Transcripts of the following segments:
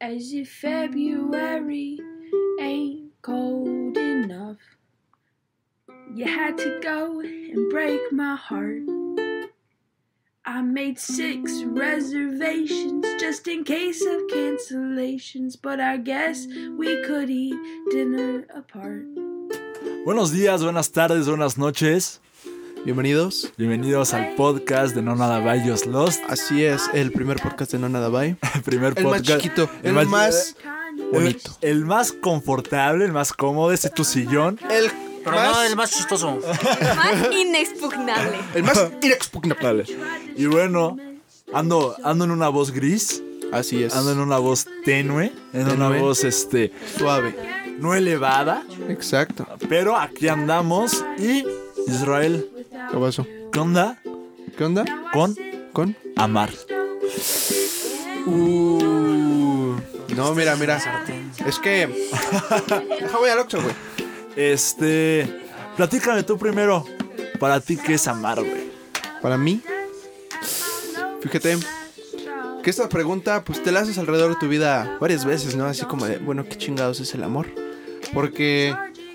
as if February ain't cold enough. You had to go and break my heart. I made six reservations just in case of cancellations, but I guess we could eat dinner apart. Buenos días, buenas tardes, buenas noches. Bienvenidos. Bienvenidos al podcast de No Nada Bayos Lost. Así es, el primer podcast de No Nada Bye. El primer El más podcast. chiquito, el el, más- más, bonito. El más confortable, el más cómodo, este es tu sillón. el Pero más, no, el más chistoso. Más inexpugnable. el más inexpugnable. Y bueno, ando, ando en una voz gris, Así es. ando en una voz tenue, en una Tenue. voz este Suave. no elevada, Exacto. pero aquí andamos y Israel, ¿Qué pasó? ¿qué onda ¿Qué onda? con ¿Con? amar? No, mira, mira. Es que. Déjame ir al Oxxo, güey. Este, platícame tú primero, para ti qué es amar, güey. Para mí, fíjate que esta pregunta, pues te la haces alrededor de tu vida varias veces, ¿no? Así como de, bueno, ¿qué chingados es el amor? Porque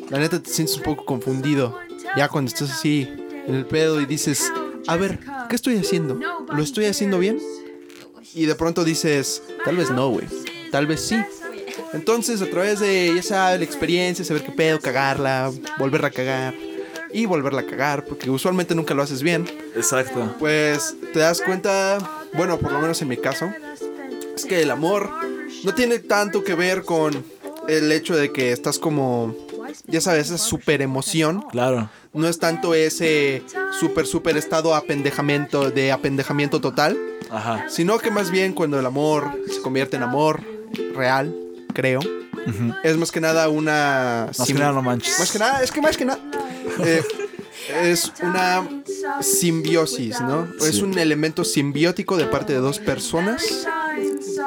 la neta te sientes un poco confundido. Ya cuando estás así en el pedo y dices, a ver, ¿qué estoy haciendo? ¿Lo estoy haciendo bien? Y de pronto dices, tal vez no, güey. Tal vez sí. Entonces, a través de, ya sabes, la experiencia, saber qué pedo, cagarla, volverla a cagar y volverla a cagar, porque usualmente nunca lo haces bien Exacto. pues te das cuenta, bueno, por lo menos en mi caso, es que el amor no tiene tanto que ver con el hecho de que estás como, ya sabes, esa super emoción. Claro. No es tanto ese super, super estado apendejamiento, de apendejamiento total, Ajá. sino que más bien cuando el amor se convierte en amor real, creo, Ujú. es más que nada una... Más que nada no manches. Más que nada, es que más que nada... eh, es una simbiosis, ¿no? Es Sí. un elemento simbiótico de parte de dos personas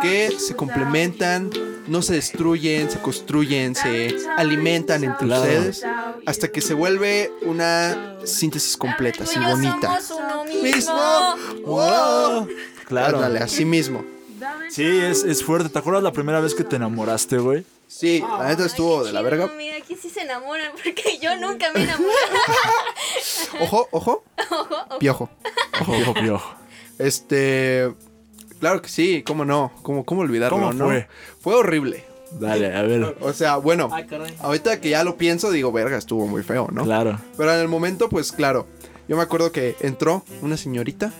que se complementan, no se destruyen, se construyen, se alimentan entre Claro. ustedes hasta que se vuelve una síntesis completa, así Tú y yo bonita. somos uno ¡Mismo! mismo. Oh. ¡Wow! Claro. Ándale, así mismo. Sí, es, es fuerte. ¿Te acuerdas la primera vez que te enamoraste, güey? Sí, la neta estuvo de la verga. Mira, aquí sí se enamoran porque yo nunca me enamoré. Ojo, ojo. Piojo. Ojo, ojo, piojo. Este. Claro que sí, cómo no. ¿Cómo, cómo olvidarlo, ¿Cómo no? fue? Fue horrible. Dale, a ver. O sea, bueno, Ay, caray. ahorita que ya lo pienso, digo, verga, estuvo muy feo, ¿no? Claro. Pero en el momento, pues claro, yo me acuerdo que entró una señorita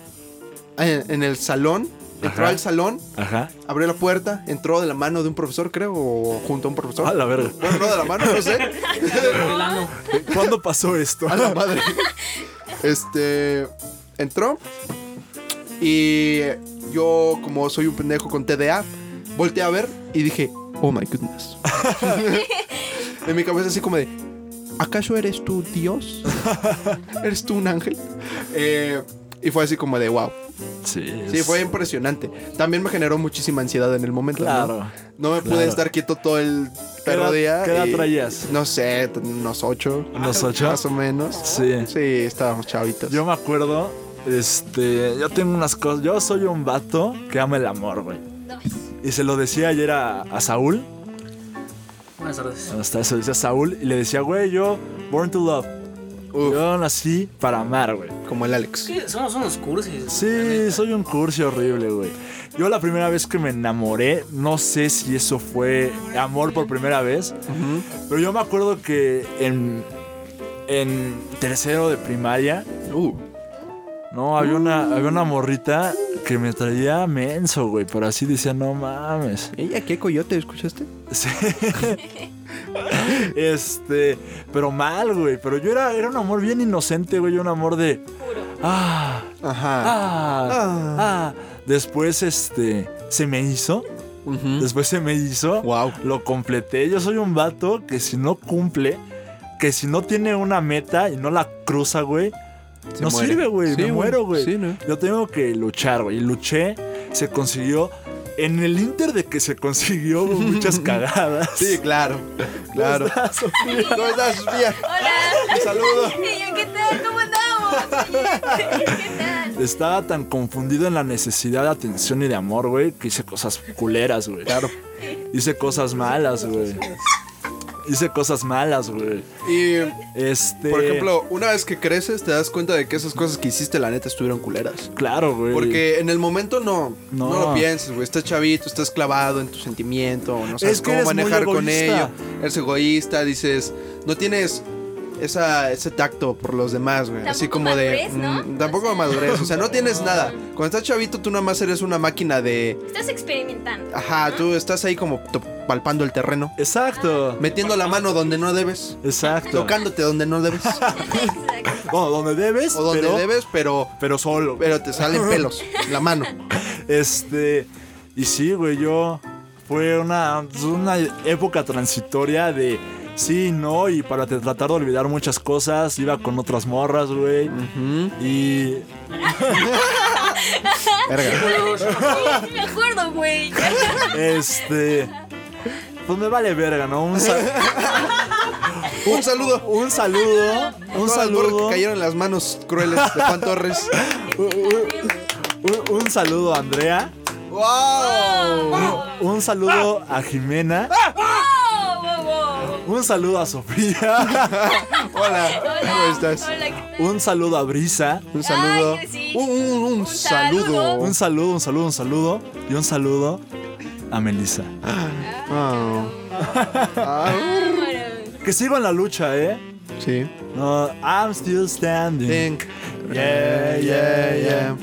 eh, en, en el salón, entró Ajá. al salón, Ajá. abrió la puerta, entró de la mano de un profesor, creo, o junto a un profesor. A Ah, la verga. Bueno, no de la mano, no sé. El ano. ¿Eh? ¿Cuándo pasó esto? A la madre. Este. Entró. Y yo, como soy un pendejo con TDA, volteé a ver y dije, oh my goodness. en mi cabeza, así como de, ¿acaso eres tú Dios? ¿Eres tú un ángel? Eh, y fue así como de, wow. Sí. es- Sí, fue impresionante. También me generó muchísima ansiedad en el momento. ¿no? Claro. No, me pude claro. estar quieto todo el ¿Qué edad- perro día. qué edad y- traías? No sé, unos ocho. ¿Unos ocho? Más o menos. Sí. Sí, estábamos chavitos. Yo me acuerdo, este, yo tengo unas cosas. Yo soy un vato que ama el amor, güey. Y se lo decía ayer a, a Saúl. Buenas tardes. Hasta eso decía Saúl. Y le decía, güey, yo, born to love. Uf, Yo nací para amar, güey. como el Alex. Sí, somos unos cursis. Sí, soy un cursi horrible, güey. Yo la primera vez que me enamoré, no sé si eso fue amor por primera vez, pero yo me acuerdo que en, en tercero de primaria, Uh, no, había una, había una morrita que me traía menso, güey, pero así decía, no mames. Ella, qué coyote, ¿escuchaste? Sí. este, pero mal, güey, pero yo era, era un amor bien inocente, güey, un amor de... Ah, Ajá. ah, ah. Después, este, se me hizo. Después se me hizo. Wow. Lo completé. Yo soy un vato que si no cumple, que si no tiene una meta y no la cruza, güey, no sirve, güey. me muero, güey. Sí, ¿no? Yo tengo que luchar, güey. Y luché, se consiguió. En el inter de que se consiguió hubo muchas cagadas. Sí, claro. Claro. Ah, Sofía. ¿Cómo estás, Sofía? Hola. Un saludo. Y yo, ¿qué tal? ¿Cómo andamos? Bien, ¿Qué tal? Estaba tan confundido en la necesidad de atención y de amor, güey, que hice cosas culeras, güey. Claro. Hice cosas malas, güey. Hice cosas malas, güey. Y, Este. por ejemplo, una vez que creces, te das cuenta de que esas cosas que hiciste, la neta, estuvieron culeras. Claro, güey. Porque en el momento no, no, No. lo piensas, güey. Estás chavito, estás clavado en tu sentimiento, no sabes que cómo eres muy manejar con ello. egoísta. Eres egoísta, dices, no tienes esa, ese tacto por los demás, güey. Así Tampoco como madurez, de. ¿no? mm, O tampoco sea- madurez, o sea, no tienes nada. Cuando estás chavito, tú nada más eres una máquina de. Estás experimentando. Ajá, ¿no? tú estás ahí como to- palpando el terreno, Exacto. metiendo la mano donde no debes, Exacto. tocándote donde no debes, Exacto. Bueno, donde debes, o donde pero, debes, pero. pero solo. Pero te salen pelos, la mano. Este. Y sí, güey, yo. Fue una, una época transitoria de sí, no, y para te- tratar de olvidar muchas cosas, iba con otras morras, güey. Ujú. Y. Verga. Sí, me acuerdo, güey. Este. Pues me vale verga, ¿no? Un, sa- Un saludo. un saludo. Un Todas las morras saludo. que cayeron en las manos crueles de Juan Torres. Un, un saludo a Andrea. ¡Wow! Un saludo a Jimena. Wow, wow, wow. Un saludo a Sofía. Hola, Hola, ¿cómo estás? Hola, ¿qué tal? Un saludo a Brisa. Un saludo. Ay, sí. Un, un- un Un saludo. saludo. Un saludo, un saludo, un saludo. Y un saludo a Melissa. Ah. Ah, Ahora, Que sigo en la lucha, ¿eh? sí. No, I'm still standing. Think. Mm. Yeah, yeah, yeah.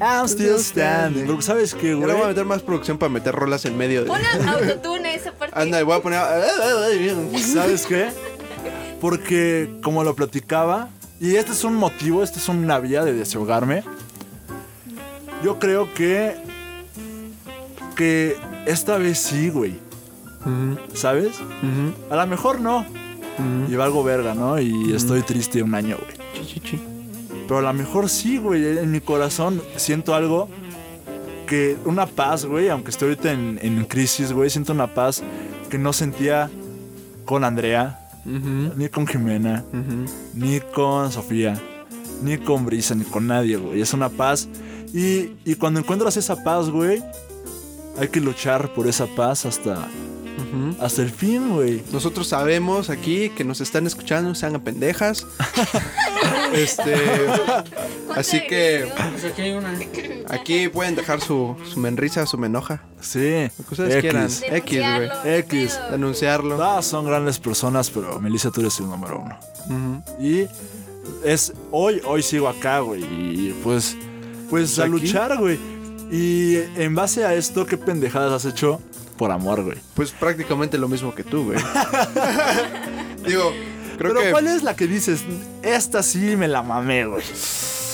I'm still standing. Porque sabes qué, Yo le voy a güey. meter más producción para meter rolas en medio. De... Pon el autotune a esa parte. Anda, voy a poner. ¿Sabes qué? Porque como lo platicaba, y este es un motivo, esta es una vía de desahogarme, yo creo que... Que esta vez sí, güey. ¿Sabes? A lo mejor no. Y valgo verga, ¿no? Y estoy triste un año, güey. Pero a lo mejor sí, güey. En mi corazón siento algo que una paz, güey. Aunque estoy ahorita en, en crisis, güey. Siento una paz que no sentía con Andrea, ni con Jimena, ni con Sofía, ni con Brisa, ni con nadie, güey. Es una paz. Y, y cuando encuentras esa paz, güey, hay que luchar por esa paz hasta, hasta el fin, güey. Nosotros sabemos aquí que nos están escuchando, no se hagan pendejas. este, ¿Cuánto así de que grabación? Pues aquí hay una. aquí pueden dejar su, su menrisa, su menoja. Sí. Lo que ustedes quieran. X. X, güey. Denunciarlo, X. pero- Denunciarlo. Todas Ah, son grandes personas, pero Melissa, tú eres el número uno. Y es hoy, hoy sigo acá, güey. Y pues, pues a aquí? luchar, güey. Y en base a esto, ¿qué pendejadas has hecho? Por amor, güey. Pues prácticamente lo mismo que tú, güey. Digo, creo Pero que. ¿cuál es la que dices? Esta sí me la mamé, güey.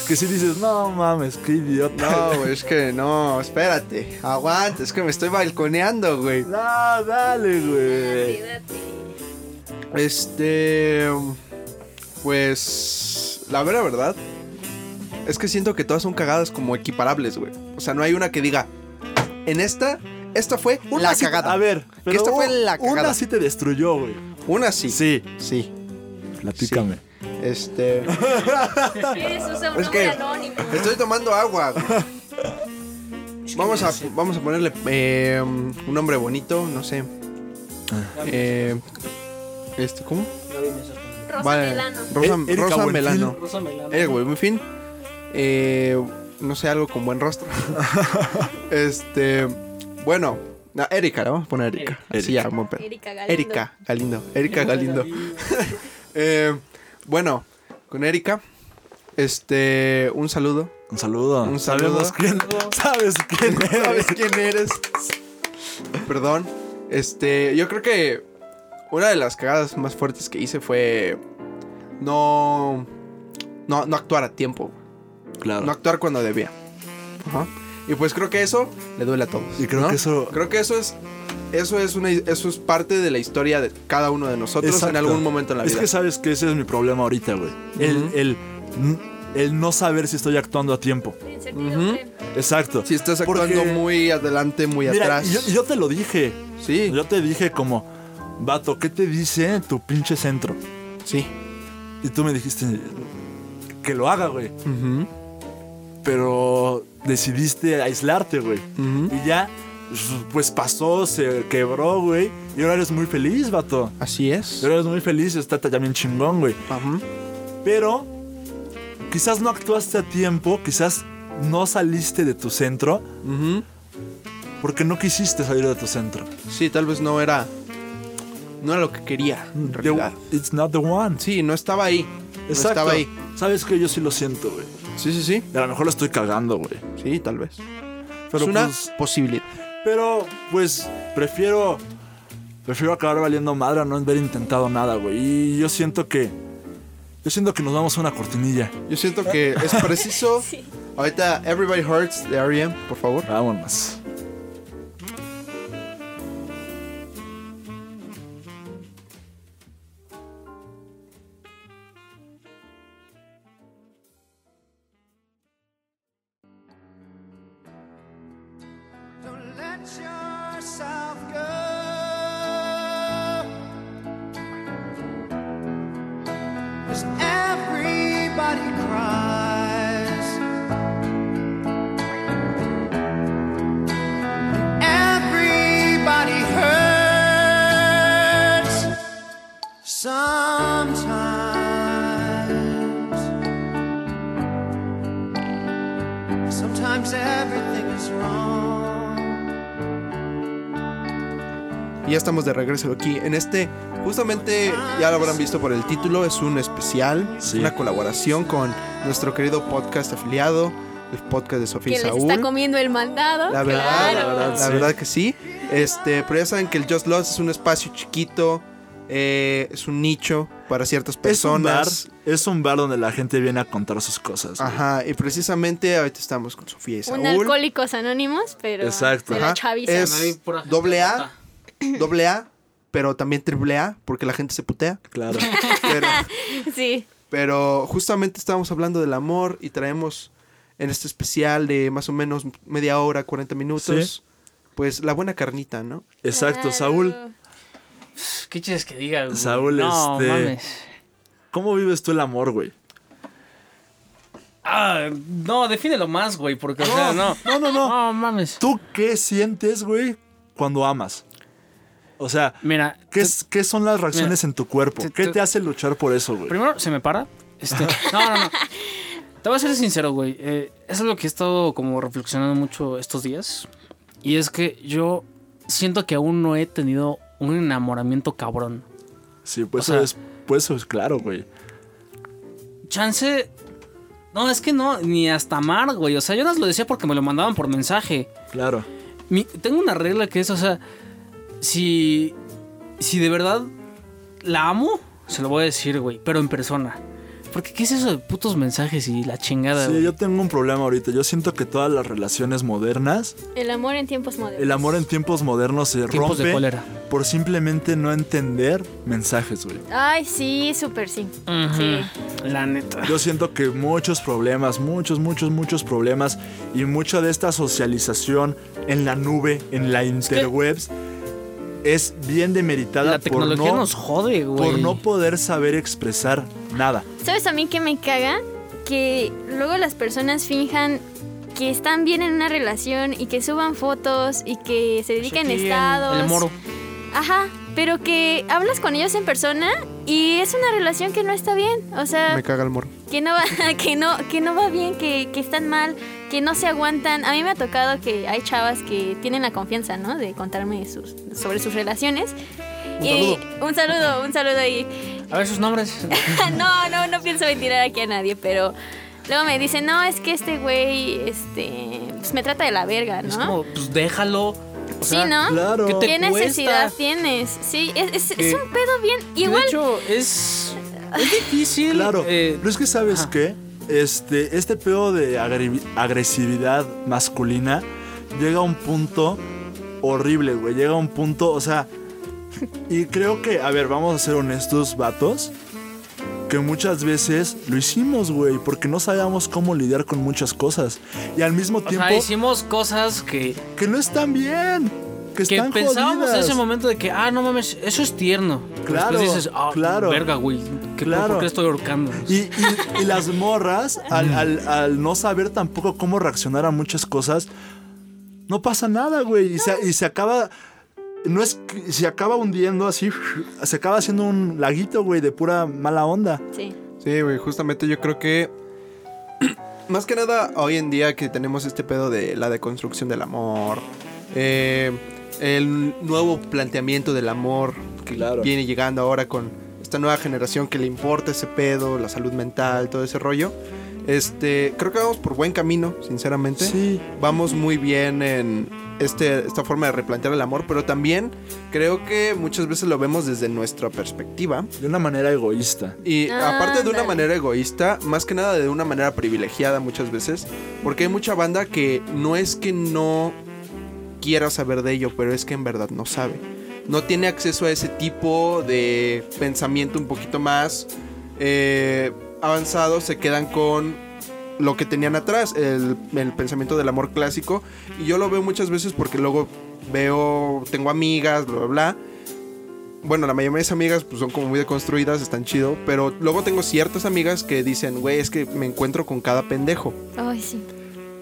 Que si dices, no mames, qué idiota. No, güey, es que no, espérate. Aguanta, es que me estoy balconeando, güey. No, dale, güey. Date. Este. Pues. La vera verdad. Es que siento que todas son cagadas como equiparables, güey. O sea, no hay una que diga. En esta, esta fue la sí- cagada. A ver, pero esta fue un- la cagada. una sí te destruyó, güey. Una sí. Sí, Sí. platícame. Este. Eres un Es que- sobrenombre anónimo. Estoy tomando agua. güey. Vamos a, vamos a ponerle eh, un nombre bonito, no sé. Eh, este, ¿Cómo? Rosa Vale, Melano. Rosa, Eh, Erika Rosa Buenfil. Melano. Rosa Melano. Eh, güey, en fin. Eh, no sé, algo con buen rostro. este. Bueno, no, Erika, la vamos a poner Erika. Así ya, buen pedo. Erika Galindo. Erika Galindo. Erika Galindo. Eh, bueno, con Erika, este. Un saludo. Un saludo. Un saludo. Sabemos quién, sabes quién sabes eres. quién eres. Perdón. Este, yo creo que una de las cagadas más fuertes que hice fue no no, no actuar a tiempo, no Claro. actuar cuando debía. Ajá. Y pues creo que eso le duele a todos. Y creo ¿no? que eso- creo que eso es eso es una eso es parte de la historia de cada uno de nosotros en Exacto. algún momento en la es vida. que sabes que ese es mi problema ahorita, güey. El, Ujú. el, el no saber si estoy actuando a tiempo. Incertidumbre. Exacto. si estás actuando Porque- muy adelante, muy Mira, atrás. y yo, y yo te lo dije. sí, Yo te dije como, vato, ¿qué te dice tu pinche centro? sí. Y tú me dijiste que lo haga, güey. Ujú, Pero decidiste aislarte, güey. ujú. Y ya pues pasó, se quebró, güey. Y ahora eres muy feliz, vato. Así es. Y ahora eres muy feliz, está también chingón, güey. Ajá. Pero quizás no actuaste a tiempo, quizás no saliste de tu centro Ujú. porque no quisiste salir de tu centro. Sí, tal vez no era. No era lo que quería, en The- realidad. it's not the one. Sí, no estaba ahí. No Exacto. estaba ahí. Sabes que yo sí lo siento, güey. Sí, sí, sí. Y A lo mejor lo estoy cagando, güey. Sí, tal vez. Pero es una pues, posibilidad. pero pues prefiero prefiero acabar valiendo madre a no haber intentado nada, güey. Y yo siento que yo siento que nos vamos a una cortinilla. Yo siento que es preciso. Sí. Ahorita, Everybody Hurts de R.E.M., por favor. Vámonos. Don't let yourself go. 'Cause everybody cries. Everybody hurts sometimes. Sometimes everything is wrong. Y ya estamos de regreso aquí en este. Justamente ya lo habrán visto por el título, es un especial, Sí. una colaboración con nuestro querido podcast afiliado, el podcast de Sofía ¿Quién les Saúl. está comiendo el mandado? La verdad, la, Claro. verdad, la Sí. verdad que sí. Este, pero ya saben que el Just Lost es un espacio chiquito, eh, es un nicho para ciertas personas. Es un bar, es un bar donde la gente viene a contar sus cosas. Ah. güey. Ajá, y precisamente ahorita estamos con Sofía y Saúl. Un alcohólicos anónimos, pero Exacto. de Ajá. la chaviza. Es Me vi pura gente doble A, rota. doble A, pero también triple A, porque la gente se putea. Claro. Pero, Sí. pero justamente estábamos hablando del amor y traemos en este especial de más o menos media hora, 40 minutos, pues la buena carnita, ¿no? Exacto, Saúl. Claro. ¿Qué quieres que diga, güey? Saúl, no, este- mames. ¿Cómo vives tú el amor, güey? Ah, no, defínelo más, güey, porque, o sea, no. no, no, no. No, mames. ¿Tú qué sientes, güey, cuando amas? O sea, Mira, ¿qué, te- es- qué son las reacciones en tu cuerpo? te- ¿Qué te- te hace luchar por eso, güey? Primero, se me para. Este, no, no, no. Te voy a ser sincero, güey. Eh, es algo que he estado como reflexionando mucho estos días. Y es que yo siento que aún no he tenido un enamoramiento cabrón. Sí, pues eso o sea- es, pues eso es claro, güey. Chance. No, es que no, ni hasta amar, güey. O sea, yo no lo decía porque me lo mandaban por mensaje. Claro. Mi- tengo una regla que es, o sea, si, si de verdad la amo, se lo voy a decir, güey, pero en persona. Porque, ¿qué es eso de putos mensajes y la chingada, Sí, güey? yo tengo un problema ahorita. Yo siento que todas las relaciones modernas, El amor en tiempos modernos. el amor en tiempos modernos se Tiempos de rompe cólera. por simplemente no entender mensajes, güey. Ay, sí, súper sí. Ujú. Sí. La neta. Yo siento que muchos problemas, muchos, muchos, muchos problemas y mucha de esta socialización en la nube, en la interwebs, es bien demeritada La por tecnología no, nos jode, güey. por no poder saber expresar nada. ¿Sabes a mí que me caga? Que luego las personas finjan que están bien en una relación y que suban fotos y que se dediquen a Aquí en estados. El moro. Ajá, pero que hablas con ellos en persona y es una relación que no está bien. O sea, Me caga el morro. que no va, que no, que no va bien, que, que están mal, que no se aguantan. A mí me ha tocado que hay chavas que tienen la confianza, ¿no? De contarme sus, sobre sus relaciones. Un y un saludo, un saludo ahí. A ver sus nombres. no, no, no pienso mentir aquí a nadie, pero luego me dicen, no, es que este güey, este, pues me trata de la verga, ¿no? Es como, pues déjalo. O sí, sea, ¿no? Claro. ¿qué te ¿Qué necesidad cuesta? tienes? Sí, es, es- es Que- un pedo bien. De Igual, hecho, es. Es difícil. Claro. eh, Pero es que sabes ajá. qué? Este, este pedo de agri- agresividad masculina llega a un punto horrible, güey. Llega a un punto, o sea. Y creo que, a ver, vamos a ser honestos, vatos. Que muchas veces lo hicimos, güey, porque no sabíamos cómo lidiar con muchas cosas. Y al mismo o tiempo, sea, hicimos cosas que, que no están bien. Que que están pensábamos en jodidas. ese momento de que, ah, no mames, eso es tierno. Pero Claro, Después dices, ah, claro. verga, güey. ¿qué, Claro. ¿Por qué estoy ahorcando? Y, y- y las morras, al, al- al no saber tampoco cómo reaccionar a muchas cosas, No pasa nada, güey. Y, se, y se acaba. No es. que- Se acaba hundiendo así. Se acaba haciendo un laguito, güey, de pura mala onda. Sí. Sí, güey, justamente yo creo que. Más que nada, hoy en día que tenemos este pedo de la deconstrucción del amor, eh, el nuevo planteamiento del amor que Claro. viene llegando ahora con esta nueva generación que le importa ese pedo, la salud mental, todo ese rollo. Este, creo que vamos por buen camino, sinceramente. Sí. Vamos muy bien en este, esta forma de replantear el amor, pero también creo que muchas veces lo vemos desde nuestra perspectiva. De una manera egoísta. Y Ah, aparte de una ándale. manera egoísta, más que nada de una manera privilegiada muchas veces, porque hay mucha banda que no es que no quiera saber de ello, pero es que en verdad no sabe. No tiene acceso a ese tipo de pensamiento un poquito más eh, avanzado, se quedan con lo que tenían atrás, el, el pensamiento del amor clásico. Y yo lo veo muchas veces porque luego veo, tengo amigas, bla, bla, bla. Bueno, la mayoría de mis amigas pues, son como muy deconstruidas, están chido. Pero luego tengo ciertas amigas que dicen, güey, es que me encuentro con cada pendejo. Ay, sí.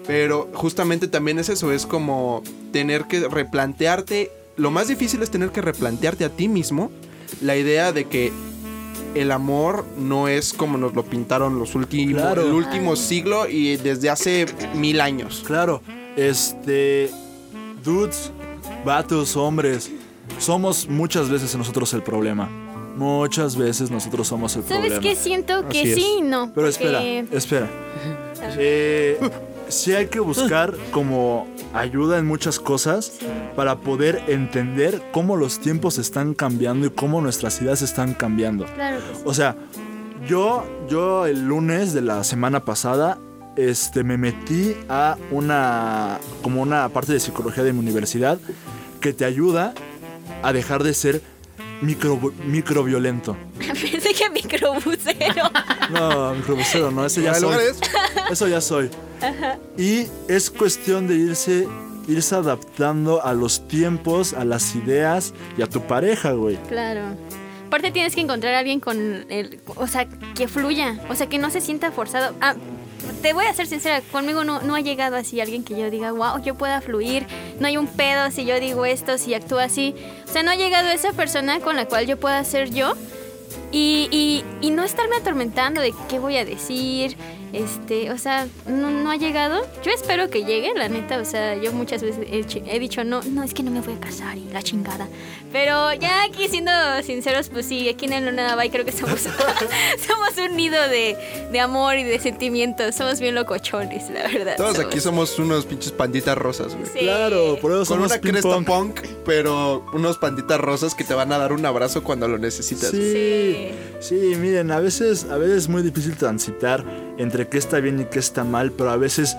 Pero justamente también es eso, es como tener que replantearte. Lo más difícil es tener que replantearte a ti mismo la idea de que el amor no es como nos lo pintaron los últimos, Claro. el último Ay. siglo y desde hace mil años. Claro, este. Dudes, vatos, hombres. Somos muchas veces nosotros el problema. Muchas veces nosotros somos el ¿Sabes problema. qué? Siento que Así es. sí y no. Pero porque- espera, espera. Eh, sí hay que buscar como ayuda en muchas cosas Sí. para poder entender cómo los tiempos están cambiando y cómo nuestras ideas están cambiando. Claro que sí. O sea, yo, yo el lunes de la semana pasada, este, me metí a una, como una parte de psicología de mi universidad que te ayuda a dejar de ser micro, microviolento. Pensé que microbusero. No, microbusero, no, ese ya Hay soy. lugares- Eso ya soy. Y es cuestión de irse, irse adaptando a los tiempos, a las ideas y a tu pareja, güey. claro. Aparte tienes que encontrar a alguien con el... O sea, que fluya. O sea, que no se sienta forzado. Ah, te voy a ser sincera, conmigo no, no ha llegado así alguien que yo diga, wow, yo pueda fluir. No hay un pedo si yo digo esto, si actúo así. O sea, no ha llegado esa persona con la cual yo pueda ser yo. Y, y- y no estarme atormentando de qué voy a decir. Este, o sea, no, no ha llegado. Yo espero que llegue, la neta. O sea, yo muchas veces he, chi- he dicho, no, no, es que no me voy a casar y la chingada. Pero ya aquí siendo sinceros, pues sí, aquí en el Luna Bay creo que somos, somos un nido de, de amor y de sentimientos. Somos bien locochones, la verdad. Todos aquí somos unos pinches panditas rosas, güey. Sí. Claro, por eso Con somos una ping cresta pong. punk, pero unos panditas rosas que te van a dar un abrazo cuando lo necesitas. Sí, sí, miren, a veces, a veces es muy difícil transitar entre qué está bien y qué está mal, pero a veces,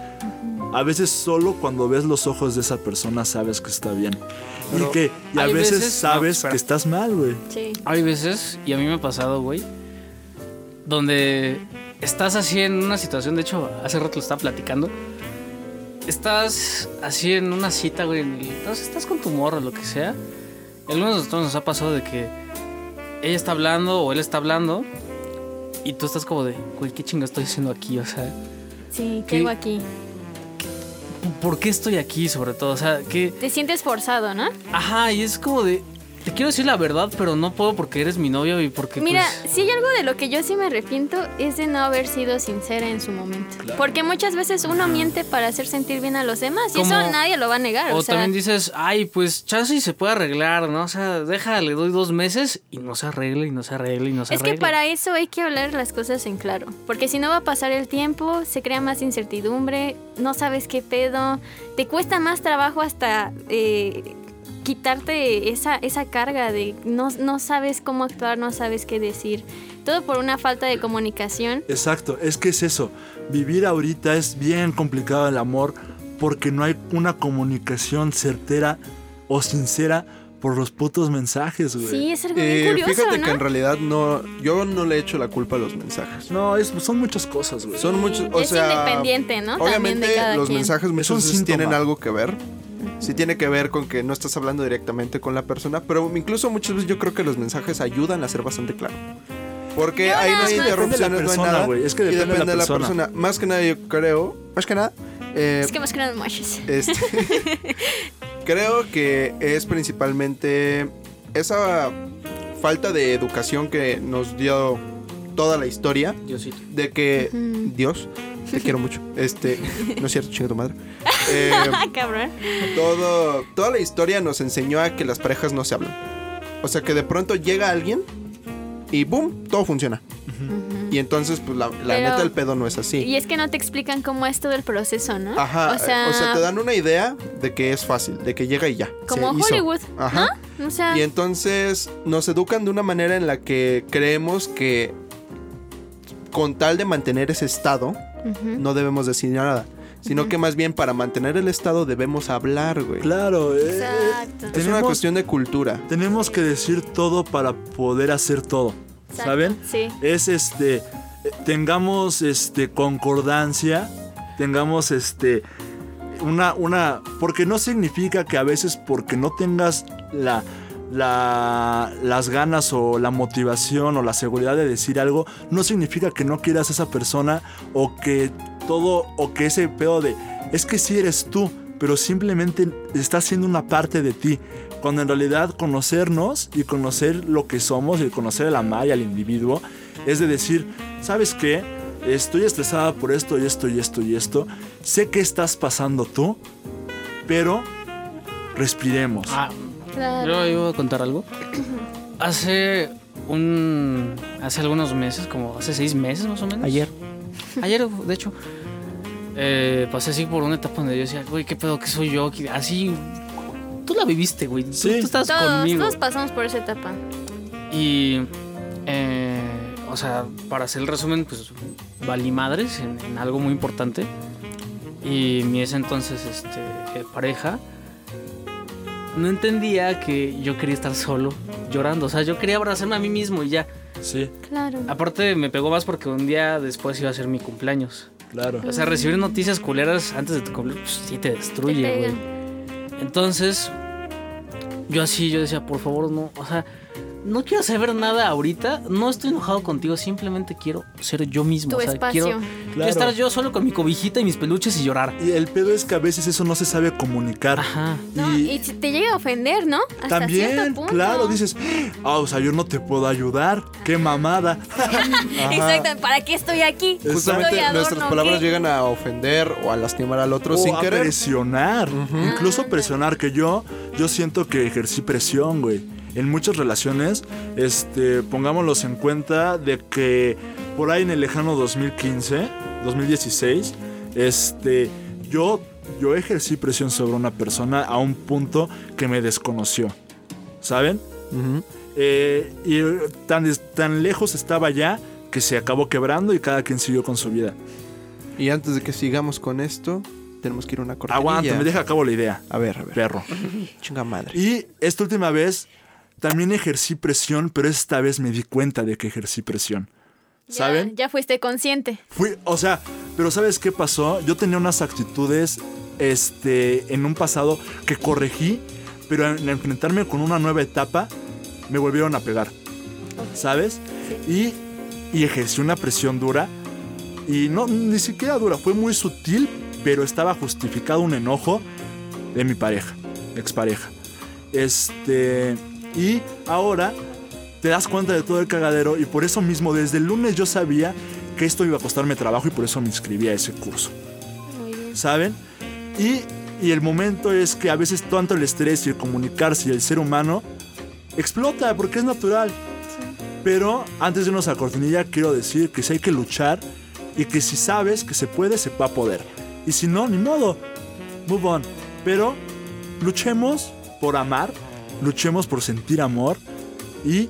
a veces solo cuando ves los ojos de esa persona sabes que está bien. Pero y que y a hay veces, veces- no, sabes espera. que estás mal, güey. Sí. Hay veces, y a mí me ha pasado, güey, donde estás así en una situación, de hecho, hace rato lo estaba platicando. Estás así en una cita, güey, y estás, estás con tu morro, lo que sea. Y a algunos de nosotros nos ha pasado de que ella está hablando o él está hablando y tú estás como de, güey, ¿qué chingo estoy haciendo aquí? O sea, Sí, ¿Qué? ¿qué hago aquí? ¿por qué estoy aquí sobre todo? O sea, que... Te sientes forzado, ¿no? Ajá, y es como de, te quiero decir la verdad, pero no puedo porque eres mi novio y porque... Mira, pues, si hay algo de lo que yo sí me arrepiento es de no haber sido sincera en su momento. Porque muchas veces uno miente para hacer sentir bien a los demás y Como- eso nadie lo va a negar. O, Ah, O, sea, también dices, ay, pues chance y se puede arreglar, ¿no? O sea, deja, le doy dos meses y no se arregla y no se arregla y no se es arregla. que para eso hay que hablar las cosas en claro. Porque si no va a pasar el tiempo, se crea más incertidumbre, no sabes qué pedo, te cuesta más trabajo hasta eh, quitarte esa, esa carga de no, no sabes cómo actuar, no sabes qué decir. Todo por una falta de Eh, comunicación. Exacto, es que es eso. Vivir ahorita es bien complicado el amor porque no hay una comunicación certera o sincera por los putos mensajes, güey. Sí, es algo Eh, bien curioso, fíjate ¿no? que en realidad no, yo no le echo la culpa a los mensajes. No, es- son muchas cosas, güey. Son muchos, o es sea, independiente, ¿no? También Obviamente de cada los quien. mensajes un muchas veces síntoma. tienen algo que ver. Sí tiene que ver con que no estás hablando directamente con la persona, pero incluso muchas veces yo creo que los mensajes ayudan a ser bastante claro. Porque Yo ahí no nada hay más- interrupciones, Depende de la no persona, hay nada. güey, es que y depende de la depende de la persona. persona. Más que nada yo creo, más que nada Eh, Es que más que nada machos. Este, creo que es principalmente esa falta de educación que nos dio toda la historia Diosito. de que Ujú. Dios te quiero mucho. Este, no es cierto, chinga tu madre. Eh, Ah, cabrón. todo, toda la historia nos enseñó a que las parejas no se hablan. O sea que de pronto llega alguien y boom, todo funciona. Y entonces, pues la, la Pero- neta, el pedo no es así. Y es que no te explican cómo es todo el proceso, ¿no? Ajá, eh, O sea, te dan una idea de que es fácil, de que llega y ya. se como hizo. Hollywood. Ajá. O sea, Ah. Y entonces nos educan de una manera en la que creemos que con tal de mantener ese estado, ujú. no debemos decir nada. Sino que más bien para mantener el estado debemos hablar, güey. Claro, eh, Exacto. Es una Tenemos- cuestión de cultura. tenemos que decir todo para poder hacer todo. Exacto, ¿Saben? Sí. Es este. eh, Tengamos este concordancia. Tengamos este. Una, una. Porque no significa que a veces porque no tengas la. la- las ganas o la motivación o la seguridad de decir algo no significa que no quieras a esa persona o que todo o que ese pedo de es que si eres tú pero simplemente estás siendo una parte de ti cuando en realidad conocernos y conocer lo que somos y conocer a la malla, al individuo, es de decir, ¿sabes qué? Estoy estresada por esto y esto y esto y esto. Sé que estás pasando tú, pero respiremos. Ah, Claro. yo iba a contar algo. Hace un. Hace algunos meses, como hace seis meses más o menos. Ayer. Ayer, de hecho. eh, pasé así por una etapa donde yo decía, güey, qué pedo que soy yo. aquí?". Así. Tú la viviste, güey. Tú- Sí. Tú, estabas Todos, conmigo. todos pasamos por esa etapa. Y, eh, o sea, para hacer el resumen, pues valí madres en, en algo muy importante. Y mi ese entonces este, eh, pareja no entendía que yo quería estar solo llorando. O sea, yo quería abrazarme a mí mismo y ya. Sí, Claro. Aparte, me pegó más porque un día después iba a ser mi cumpleaños. claro. O sea, recibir noticias culeras antes de tu cumpleaños, pues, sí te destruye, Te güey. pegan. Entonces, yo así, yo decía, por favor, no, o sea, no quiero saber nada ahorita, no estoy enojado contigo, simplemente quiero ser yo mismo. Tu o sea, espacio. Quiero, quiero Claro. estar yo solo con mi cobijita y mis peluches y llorar. Y el pedo es que a veces eso no se sabe comunicar. Ajá. No, y si te llega a ofender, ¿no? Hasta cierto también, punto. claro, dices, ah, o sea, yo no te puedo ayudar. Qué mamada. Ajá. Exacto, ¿para qué estoy aquí? Exactamente, Soy adorno, nuestras palabras ¿qué? llegan a ofender o a lastimar al otro O sin a querer. presionar. Incluso presionar, que yo, yo siento que ejercí presión, güey. En muchas relaciones, este, pongámoslos en cuenta de que por ahí en el lejano 2015, 2016, este, yo, yo ejercí presión sobre una persona a un punto que me desconoció. ¿Saben? Ujú. Eh, y eh, tan, des- tan lejos estaba ya que se acabó quebrando y cada quien siguió con su vida. Y antes de que sigamos con esto, tenemos que ir a una cortinilla. Aguanta, me deja a cabo la idea, A ver, a ver. perro. Chinga madre. Y esta última vez también ejercí presión, pero esta vez me di cuenta de que ejercí presión. Ya- ¿Saben? Ya, fuiste consciente. Fui, o sea, pero ¿sabes qué pasó? Yo tenía unas actitudes este, en un pasado que corregí, pero al enfrentarme con una nueva etapa, me volvieron a pegar. ¿Sabes? Y, y ejercí una presión dura. Y no, ni siquiera dura, fue muy sutil, pero estaba justificado un enojo de mi pareja, expareja. Este. Y ahora te das cuenta de todo el cagadero y por eso mismo desde el lunes yo sabía que esto iba a costarme trabajo y por eso me inscribí a ese curso. Muy bien. ¿saben? Y, y el momento es que a veces tanto el estrés y el comunicarse y el ser humano explota porque es natural. Pero antes de irnos a la cortinilla, quiero decir que si hay que luchar y que si sabes que se puede, se va a poder. Y si no, ni modo. Move on. Pero luchemos por amar, luchemos por sentir amor y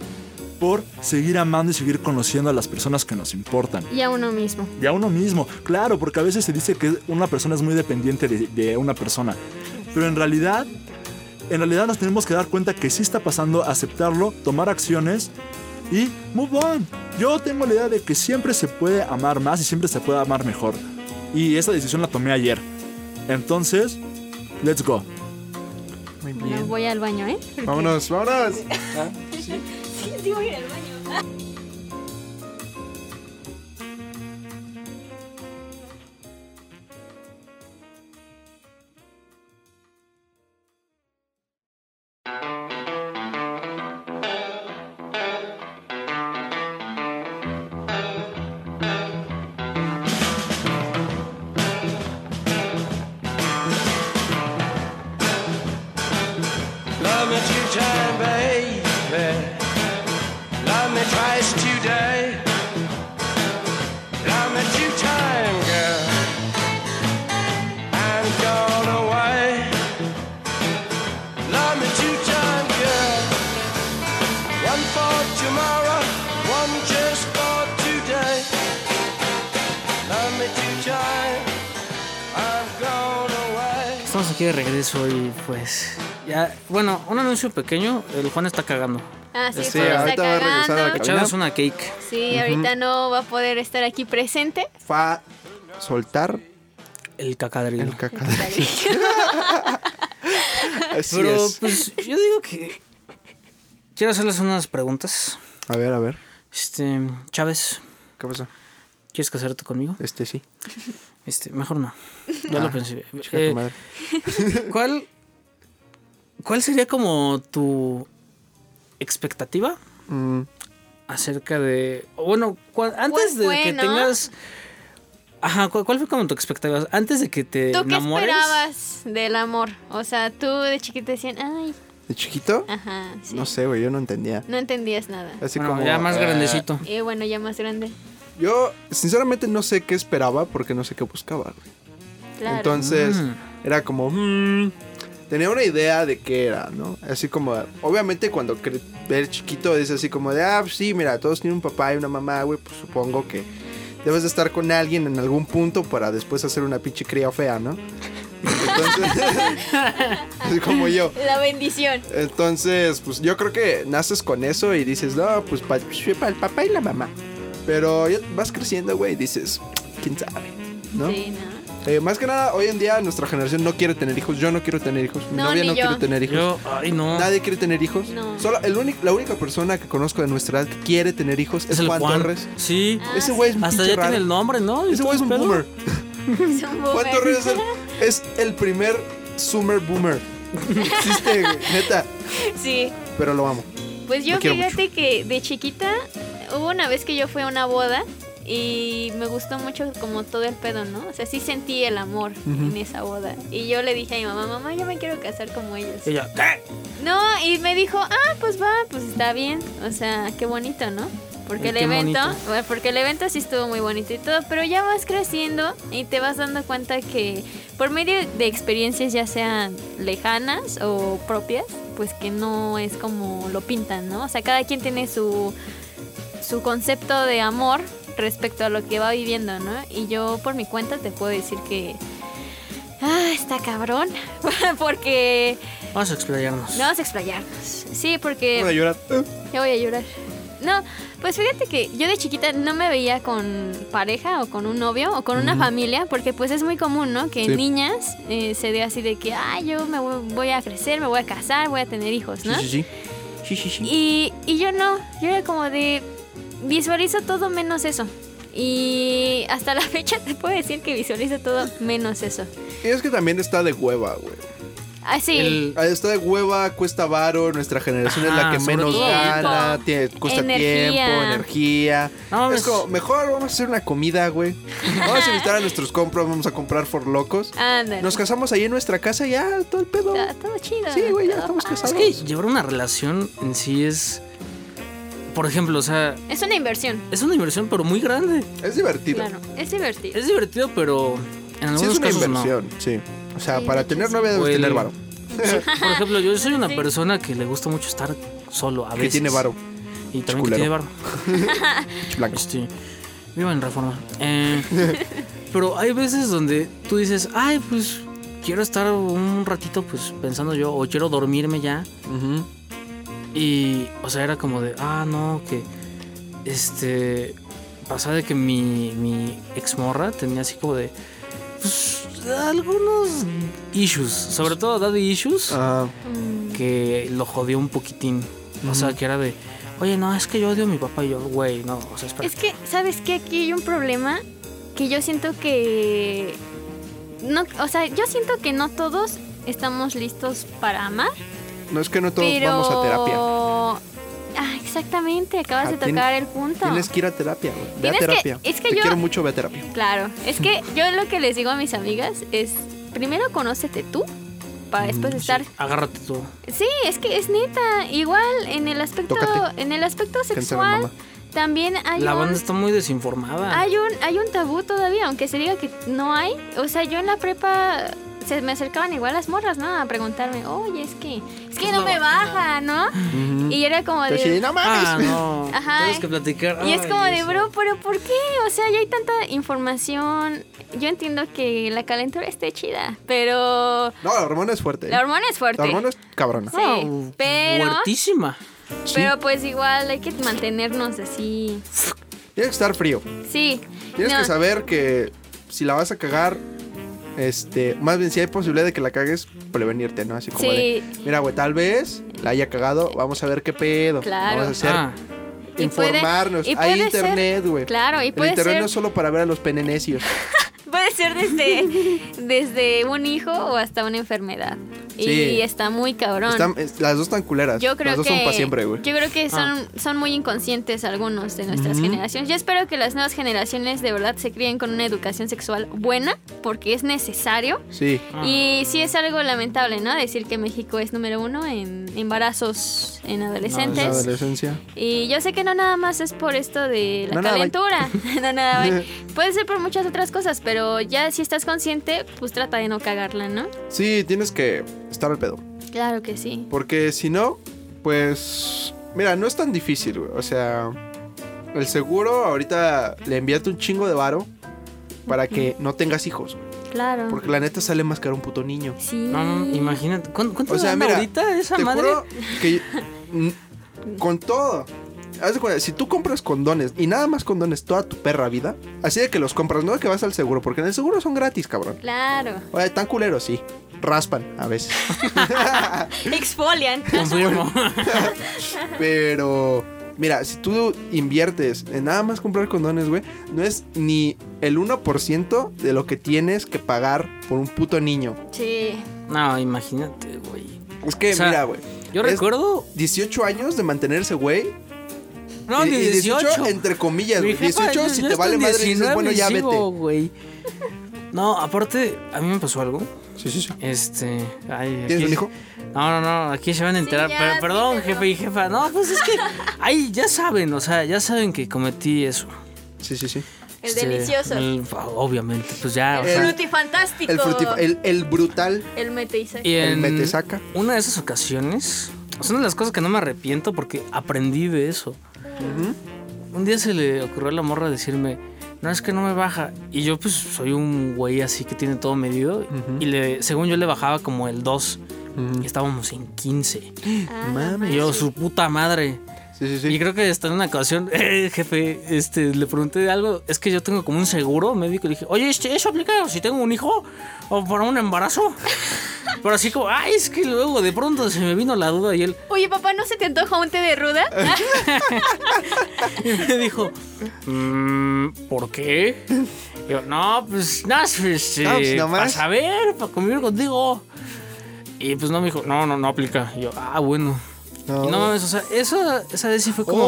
por seguir amando y seguir conociendo a las personas que nos importan Y a uno mismo. y a uno mismo. Claro, porque a veces se dice que una persona es muy dependiente de, de una persona. Pero en realidad, en realidad nos tenemos que dar cuenta que sí está pasando, aceptarlo, tomar acciones y move on. Yo tengo la idea de que siempre se puede amar más y siempre se puede amar mejor. Y esa decisión la tomé ayer. Entonces, let's go. Muy Bueno, bien. voy al baño, ¿eh? Vámonos, vámonos. Sí, voy a ir al baño. estamos aquí de regreso y pues ya, bueno, un anuncio pequeño, el Juan está cagando. Ah, sí, Sí, Juan está ahorita va a regresar a la cagando. cabina. Echarnos una cake. Sí, ahorita no va a poder estar aquí presente. Fa soltar El cacadrilo. el caca. Así Pero es. pues yo digo que quiero hacerles unas preguntas. A ver, a ver. Este, Chávez, ¿Qué pasó? ¿quieres casarte conmigo? Este sí. Este, mejor no. Ya lo pensé. Chica Ah, Eh, tu madre. ¿Cuál cuál sería como tu expectativa Mm, acerca de. o Bueno, cua- antes de fue, que no? tengas. Ajá, ¿cu- ¿cuál fue como tu expectativa? Antes de que te ¿Tú qué enamores. esperabas del amor? O sea, tú de chiquita decían, ay, ¿De chiquito? ajá, sí. No sé, güey, yo no entendía. No entendías nada. Así Bueno, como. ya más eh, grandecito. Y bueno, ya más grande. Yo, sinceramente, no sé qué esperaba porque no sé qué buscaba. güey. Claro. Entonces, Mm. era como. mm, tenía una idea de qué era, ¿no? Así como. Obviamente, cuando cre- eres chiquito es así como de. Ah, sí, mira, todos tienen un papá y una mamá, güey. Pues supongo que debes de estar con alguien en algún punto para después hacer una pinche cría fea, ¿no? Entonces. así como yo. La bendición. Entonces, pues yo creo que naces con eso y dices, no, pues para el papá y la mamá. Pero ya vas creciendo, güey, y dices, quién sabe, ¿no? Sí, ¿no? Eh, más que nada, hoy en día nuestra generación no quiere tener hijos. Yo no quiero tener hijos. Mi No, novia ni no yo. quiere tener hijos. Yo, ay, no. Nadie quiere tener hijos. No. Solo el único, la única persona que conozco de nuestra edad que quiere tener hijos es, es el Juan, Juan. Torres. Sí. Ah, Ese güey es un Hasta pinche ya raro. tiene el nombre, ¿no? ¿Y Ese todo güey es el un pedo? boomer. Es un boomer. Juan Torres es el, es el primer summer boomer. Existe, güey, neta. Sí. Pero lo amo. Pues yo Lo quiero fíjate que de chiquita hubo una vez que yo fui a una boda y me gustó mucho como todo el pedo, ¿no? O sea, sí sentí el amor en esa boda. Y yo le dije a mi mamá, mamá, yo me quiero casar como ellos. Ella, ¿qué? No, y me dijo, ah, pues va, pues está bien. O sea, qué bonito, ¿no? Ay, Porque el Eh, qué evento, bonito. bueno, porque el evento sí estuvo muy bonito y todo, pero ya vas creciendo y te vas dando cuenta que por medio de experiencias ya sean lejanas o propias, pues que no es como lo pintan, ¿no? O sea, cada quien tiene su su concepto de amor respecto a lo que va viviendo, ¿no? Y yo por mi cuenta te puedo decir que ah, está cabrón, porque Vamos a explayarnos. no vamos a explayarnos. Sí, porque Voy a llorar. ya voy a llorar. No, pues fíjate que yo de chiquita no me veía con pareja o con un novio o con una familia, porque pues es muy común, ¿no? Que Sí. niñas eh, se dé así de que, ah, yo me voy- voy a crecer, me voy a casar, voy a tener hijos, ¿no? Sí, sí, sí. Sí, sí, sí. Y, y yo no, yo era como de visualizo todo menos eso. Y hasta la fecha te puedo decir que visualizo todo menos eso. Y es que también está de hueva, güey. Así. El- Ah, Está de hueva, cuesta varo, nuestra generación es la Ajá, que sobre menos todo. gana, Tiempo, tiene- cuesta energía. tiempo, energía. No mames. es como, mejor vamos a hacer una comida, güey. Vamos a invitar a nuestros compras, vamos a comprar for locos. Ándale. Nos casamos ahí en nuestra casa y ya, todo el pedo. Está todo chido. Sí, güey, ya todo estamos padre. casados. Es que llevar una relación en sí es. Por ejemplo, o sea, Es una inversión. es una inversión, pero muy grande. Es divertido. Claro, es divertido. Es divertido, pero en algunos Sí, es una casos no. inversión, sí. O sea, Sí, para muchísimo. tener novia debes Güey, tener varo. Por ejemplo, yo soy una Sí. persona que le gusta mucho estar solo a Que veces. tiene varo, Y también Chiculero. que tiene varo. blanco. Este, vivo en reforma. Eh, pero hay veces donde tú dices, ay, pues quiero estar un ratito pues pensando yo, o quiero dormirme ya. Y, o sea, era como de, ah, no, que, este, pasaba de que mi, mi exmorra tenía así como de, pues, algunos issues, sobre todo daddy issues, Ah, que lo jodió un poquitín. O sea, que era de, oye, no, es que yo odio a mi papá y yo, güey, no, o sea, espera. Es que, ¿sabes qué? Aquí hay un problema que yo siento que. No, o sea, yo siento que no todos estamos listos para amar. no es que no todos pero... vamos a terapia. Ah, exactamente, acabas Ah, de tien- tocar el punto. Tienes que ir a terapia, güey. Ve a Tienes que- terapia. es que Te yo- quiero mucho, ve a terapia. Claro, es que yo lo que les digo a mis amigas es, primero conócete tú para después Mm, estar Agárrate tú. Sí, es que es neta. Igual en el aspecto, Tócate. en el aspecto Cáncer de sexual mama. también hay La un, banda está muy desinformada. hay un hay un tabú todavía, aunque se diga que no hay. O sea, yo en la prepa se me acercaban igual las morras, ¿no? A preguntarme, oye, es que, es que no, me baja, ¿no? Y yo era como de... Pero sí, no mames. Ah, no. Ajá. Tenemos que platicar. Y es Ay, como de, eso. bro, pero ¿por qué? O sea, ya hay tanta información. Yo entiendo que la calentura esté chida, pero No, la hormona es fuerte. ¿eh? la hormona es fuerte. La hormona es cabrona. Sí, Ah, pero- Fuertísima. Pero pues igual hay que mantenernos así. Tienes que estar frío. Sí. Tienes no, que saber que si la vas a cagar, este, más bien si hay posibilidad de que la cagues, prevenirte, ¿no? Así como de, Sí. mira, güey, tal vez la haya cagado, vamos a ver qué pedo. Claro. Vamos a hacer Ah, Y puede- informarnos. y hay puede internet, güey. Claro, y El puede internet ser, no es solo para ver a los penenecios. puede ser desde, desde un hijo o hasta una enfermedad. Sí. Y está muy cabrón. Están- es- las dos están culeras. Yo creo las dos que son para siempre, güey. Yo creo que son, son muy inconscientes algunos de nuestras generaciones. Yo espero que las nuevas generaciones de verdad se críen con una educación sexual buena, porque es necesario. Sí. Ah. Y sí es algo lamentable, ¿no? Decir que México es número uno en embarazos en La adolescentes. adolescencia. Y yo sé que no nada más es por esto de la No nada, bye. calentura. no nada, bye. Puede ser por muchas otras cosas, pero ya si estás consciente, pues trata de no cagarla, ¿no? Sí, tienes que estar al pedo. Claro que sí. Porque si no, pues. Mira, no es tan difícil, güey. O sea, el seguro ahorita le enviaste un chingo de varo para que no tengas hijos. güey. Claro. Porque la neta sale más caro un puto niño. Sí. no, no, imagínate. ¿Cuánto, cuánto O sea, gana mira, ahorita esa Te madre? juro que. mm, con todo. Haz de cuenta, si tú compras condones y nada más condones toda tu perra vida, así de que los compras, no de que vas al seguro, porque en el seguro son gratis, cabrón. Claro. Oye, tan culeros, sí. Raspan a veces. Exfolian. Confirmo. Pero, mira, si tú inviertes en nada más comprar condones, güey, no es ni el 1% de lo que tienes que pagar por un puto niño. Sí. No, imagínate, güey. Es que, O sea, mira, güey. Yo Es- recuerdo. 18 años de mantenerse, güey. No, y- ni y 18. entre comillas, Mi güey. jefa, 18, yo- si yo te hasta vale en madre, dices, 19 bueno, ya sigo, vete. güey. No, aparte, a mí me pasó algo. Sí, sí, sí. Este. Ay, aquí- ¿Tienes un hijo? No, no, no, aquí se van a enterar. ya, per- sí, perdón, pero- jefe y jefa. No, pues es que. Ahí ya saben, o sea, ya saben que cometí eso. Sí, sí, sí. El Este, delicioso. el- obviamente, pues ya. o El sea, frutifantástico. El, fruti- el, el brutal, El meteisac. y el en metesaca. una de esas ocasiones, es una de las cosas que no me arrepiento porque aprendí de eso. Un día se le ocurrió a la morra decirme, no es que no me baja. Y yo pues soy un güey así que tiene todo medido. Y le, según yo le bajaba como el 2. Y estábamos en 15. Ah, Mami. no Y yo, manches. su puta madre. Sí, sí, sí. Y creo que hasta en una ocasión, eh, jefe, este, le pregunté algo. Es que yo tengo como un seguro médico. Le dije, oye, este, ¿eso aplica si tengo un hijo o para un embarazo? Pero así como, ay, es que luego de pronto se me vino la duda y él Oye, papá, ¿no se te antoja un té de ruda? y me dijo, "Mm, ¿por qué? Y yo, no, pues nada, pues, No, pues, eh, nomás". para saber, para convivir contigo. Y pues no me dijo, no, no, no aplica. Y yo, ah, bueno. No. Y no mames, o sea, eso, esa vez sí fue como.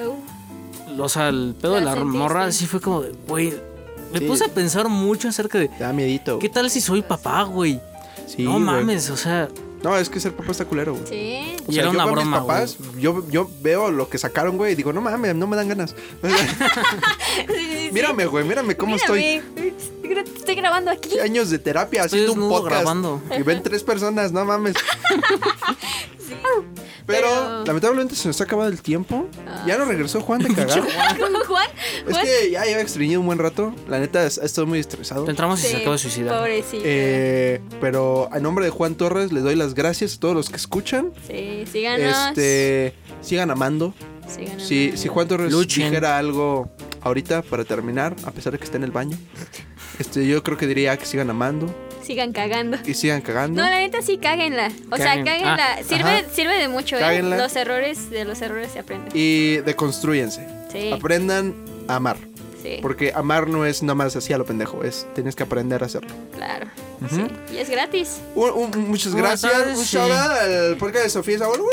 Oh. Oh. O sea, el pedo La de la sentiste. morra sí fue como de, güey. Me Sí. puse a pensar mucho acerca de, Te da miedito. ¿qué güey. tal si soy papá, güey? Sí, no güey. mames, o sea. No, es que ser papá está culero, güey. Sí. Y era yo veo a una mis broma, papás, yo, yo veo lo que sacaron, güey, y digo, no mames, no me dan ganas. mírame, güey, mírame cómo estoy. estoy? Estoy grabando aquí. Años de terapia Estoy haciendo un desnudo podcast. grabando. Y ven tres personas, no mames. Pero, Pero- lamentablemente se nos ha acabado el tiempo. ya no regresó Juan de cagar. ¿Con Juan? es Juan- que ya lleva extrañado un buen rato. La neta, es- estoy muy estresado. Entramos y Sí, se acaba de suicidar. Pobrecito. Eh, pero a nombre de Juan Torres les doy las gracias a todos los que escuchan. sí, síganos. Este, sigan amando. síganos. Si, si Juan Torres Luchen. dijera algo ahorita para terminar, a pesar de que está en el baño, este, yo creo que diría que sigan amando Sigan cagando. y sigan cagando. No, la neta sí, cáguenla. O sea, Caguen. cáguenla. Ah, sirve, ajá. sirve de mucho, ¿eh? Cáguenla. Los errores, de los errores se aprenden. Y deconstruyense. Sí, Aprendan a amar. sí, Porque amar no es nada más así a lo pendejo, es tienes que aprender a hacerlo. claro. Sí, y es gratis. Un- un- un- muchas Buenas gracias. tardes, un sí. shout out al podcast de Sofía Sabor. ¡Woo!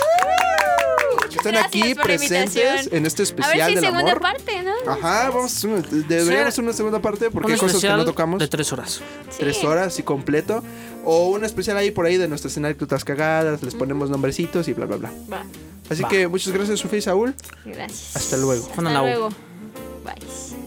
Que Están gracias aquí por la presentes invitación. en este A especial ver si del segunda amor. Ah, parte, ¿no? Ajá, vamos, a hacer una- deberíamos hacer una segunda parte porque Un hay cosas que especial no tocamos. De tres horas. Sí. tres horas y completo. O un especial ahí por ahí de nuestras anécdotas cagadas, les ponemos nombrecitos y bla, bla, bla. Va, Así Va. que muchas gracias, Sofía y Saúl. gracias. Hasta luego. Hasta Juana Lau. luego. Bye.